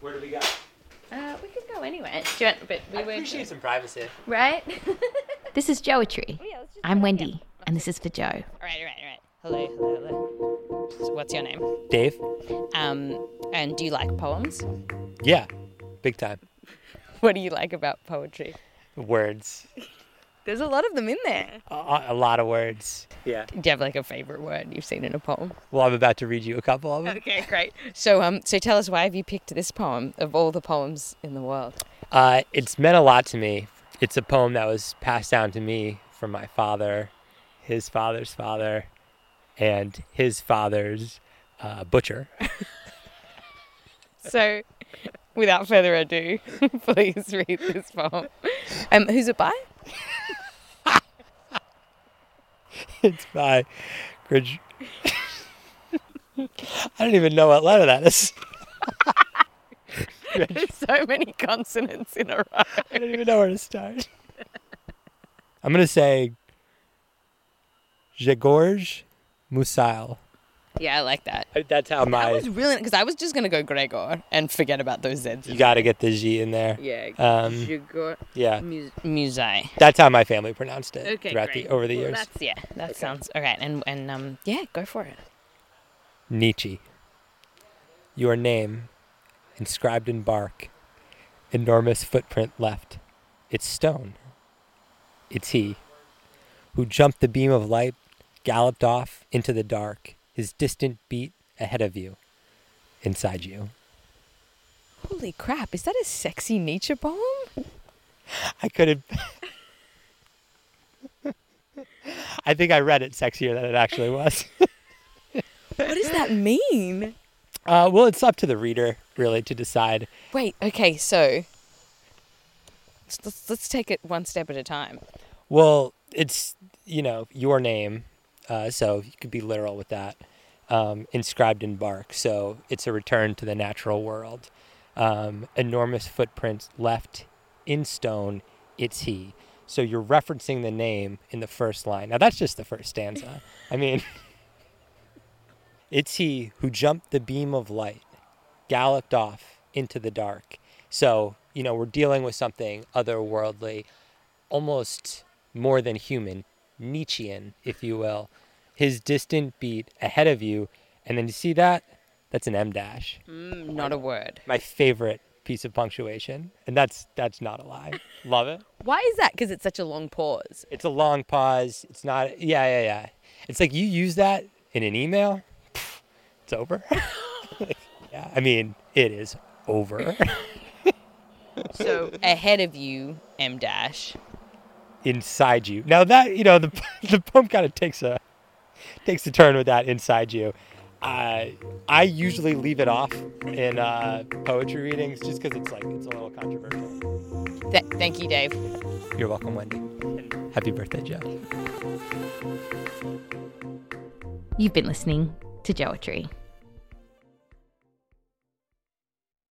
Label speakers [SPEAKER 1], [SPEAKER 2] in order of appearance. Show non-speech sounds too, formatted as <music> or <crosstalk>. [SPEAKER 1] Where do we go?
[SPEAKER 2] Uh, we could go anywhere. Do you want, but we
[SPEAKER 1] I
[SPEAKER 2] were
[SPEAKER 1] appreciate some privacy.
[SPEAKER 2] right. this is Joetry.
[SPEAKER 3] Oh, Yeah, let's just
[SPEAKER 2] I'm
[SPEAKER 3] go,
[SPEAKER 2] Wendy, and this is for Joe.
[SPEAKER 3] All right, all right, all right. Hello, hello, hello. So what's your name?
[SPEAKER 1] Dave?
[SPEAKER 3] Um, and do you like poems? <laughs>
[SPEAKER 1] Yeah. Big time.
[SPEAKER 3] What do you like about poetry?
[SPEAKER 1] Words.
[SPEAKER 3] There's a lot of them in there.
[SPEAKER 1] A, a lot of words. Yeah.
[SPEAKER 3] Do you have like a favorite word you've seen in a poem?
[SPEAKER 1] Well, I'm about to read you a couple of them.
[SPEAKER 3] Okay, great. So, um, so tell us why have you picked this poem of all the poems in the world?
[SPEAKER 1] Uh, it's meant a lot to me. It's a poem that was passed down to me from my father, his father's father, and his father's uh, butcher. <laughs>
[SPEAKER 3] So, without further ado, <laughs> please read this poem. Um, who's it by? <laughs>
[SPEAKER 1] it's by Grig- <laughs> I don't even know what letter that is.
[SPEAKER 3] There's so many consonants in a row.
[SPEAKER 1] I don't even know where to start. <laughs> I'm gonna say Jegorge Musail.
[SPEAKER 3] Yeah, I like that.
[SPEAKER 1] I- Uh, That's how
[SPEAKER 3] I
[SPEAKER 1] my
[SPEAKER 3] was really because I was just gonna go Gregor and forget about those Z's. Uh,
[SPEAKER 1] you gotta get the G in there.
[SPEAKER 3] Yeah.
[SPEAKER 1] Um,
[SPEAKER 3] Gregor
[SPEAKER 1] Yeah,
[SPEAKER 3] Mus- Musai.
[SPEAKER 1] that's how my family pronounced it
[SPEAKER 3] Okay,
[SPEAKER 1] throughout
[SPEAKER 3] great.
[SPEAKER 1] the over the
[SPEAKER 3] Well,
[SPEAKER 1] years.
[SPEAKER 3] That's, yeah, that sounds all right. And and um, yeah, go for it.
[SPEAKER 1] Nietzsche. Your name, inscribed in bark, enormous footprint left. It's stone. It's he who jumped the beam of light, galloped off into the dark, his distant beat ahead of you, inside you.
[SPEAKER 3] Holy crap! Is that a sexy Nietzsche poem?
[SPEAKER 1] I could have. <laughs> I think I read it sexier than it actually was.
[SPEAKER 3] What does that mean?
[SPEAKER 1] Uh, well, it's up to the reader, really, to decide.
[SPEAKER 3] Wait. Okay. So let's- let's let's take it one step at a time.
[SPEAKER 1] Well, it's you know your name, uh, so you could be literal with that. Um, inscribed in bark, so it's a return to the natural world. Um, enormous footprints left in stone. It's he. So you're referencing the name in the first line. Now that's just the first stanza. I mean, <laughs> it's he who jumped the beam of light, galloped off into the dark. So you know we're dealing with something otherworldly almost more than human, Nietzschean, if you will. His distant beat ahead of you, and then you see that? That's an M dash.
[SPEAKER 3] Mm, not a word.
[SPEAKER 1] My favorite piece of punctuation, and that's that's not a lie. <laughs> Love it.
[SPEAKER 3] Why is that? Because it's such a long pause.
[SPEAKER 1] It's a long pause. It's not. Yeah, yeah, yeah. It's like you use that in an email. pff, It's over. <laughs> Like, yeah, I mean it is over. <laughs>
[SPEAKER 3] So <laughs> ahead of you, M dash.
[SPEAKER 1] inside you. Now that you know the <laughs> the poem kind of takes a takes a turn with that inside you. I I usually leave it off in uh, poetry readings just because it's like it's a little controversial.
[SPEAKER 3] Th- thank you, Dave.
[SPEAKER 1] You're welcome, Wendy. And happy birthday, Joe.
[SPEAKER 2] You've been listening to Joetry.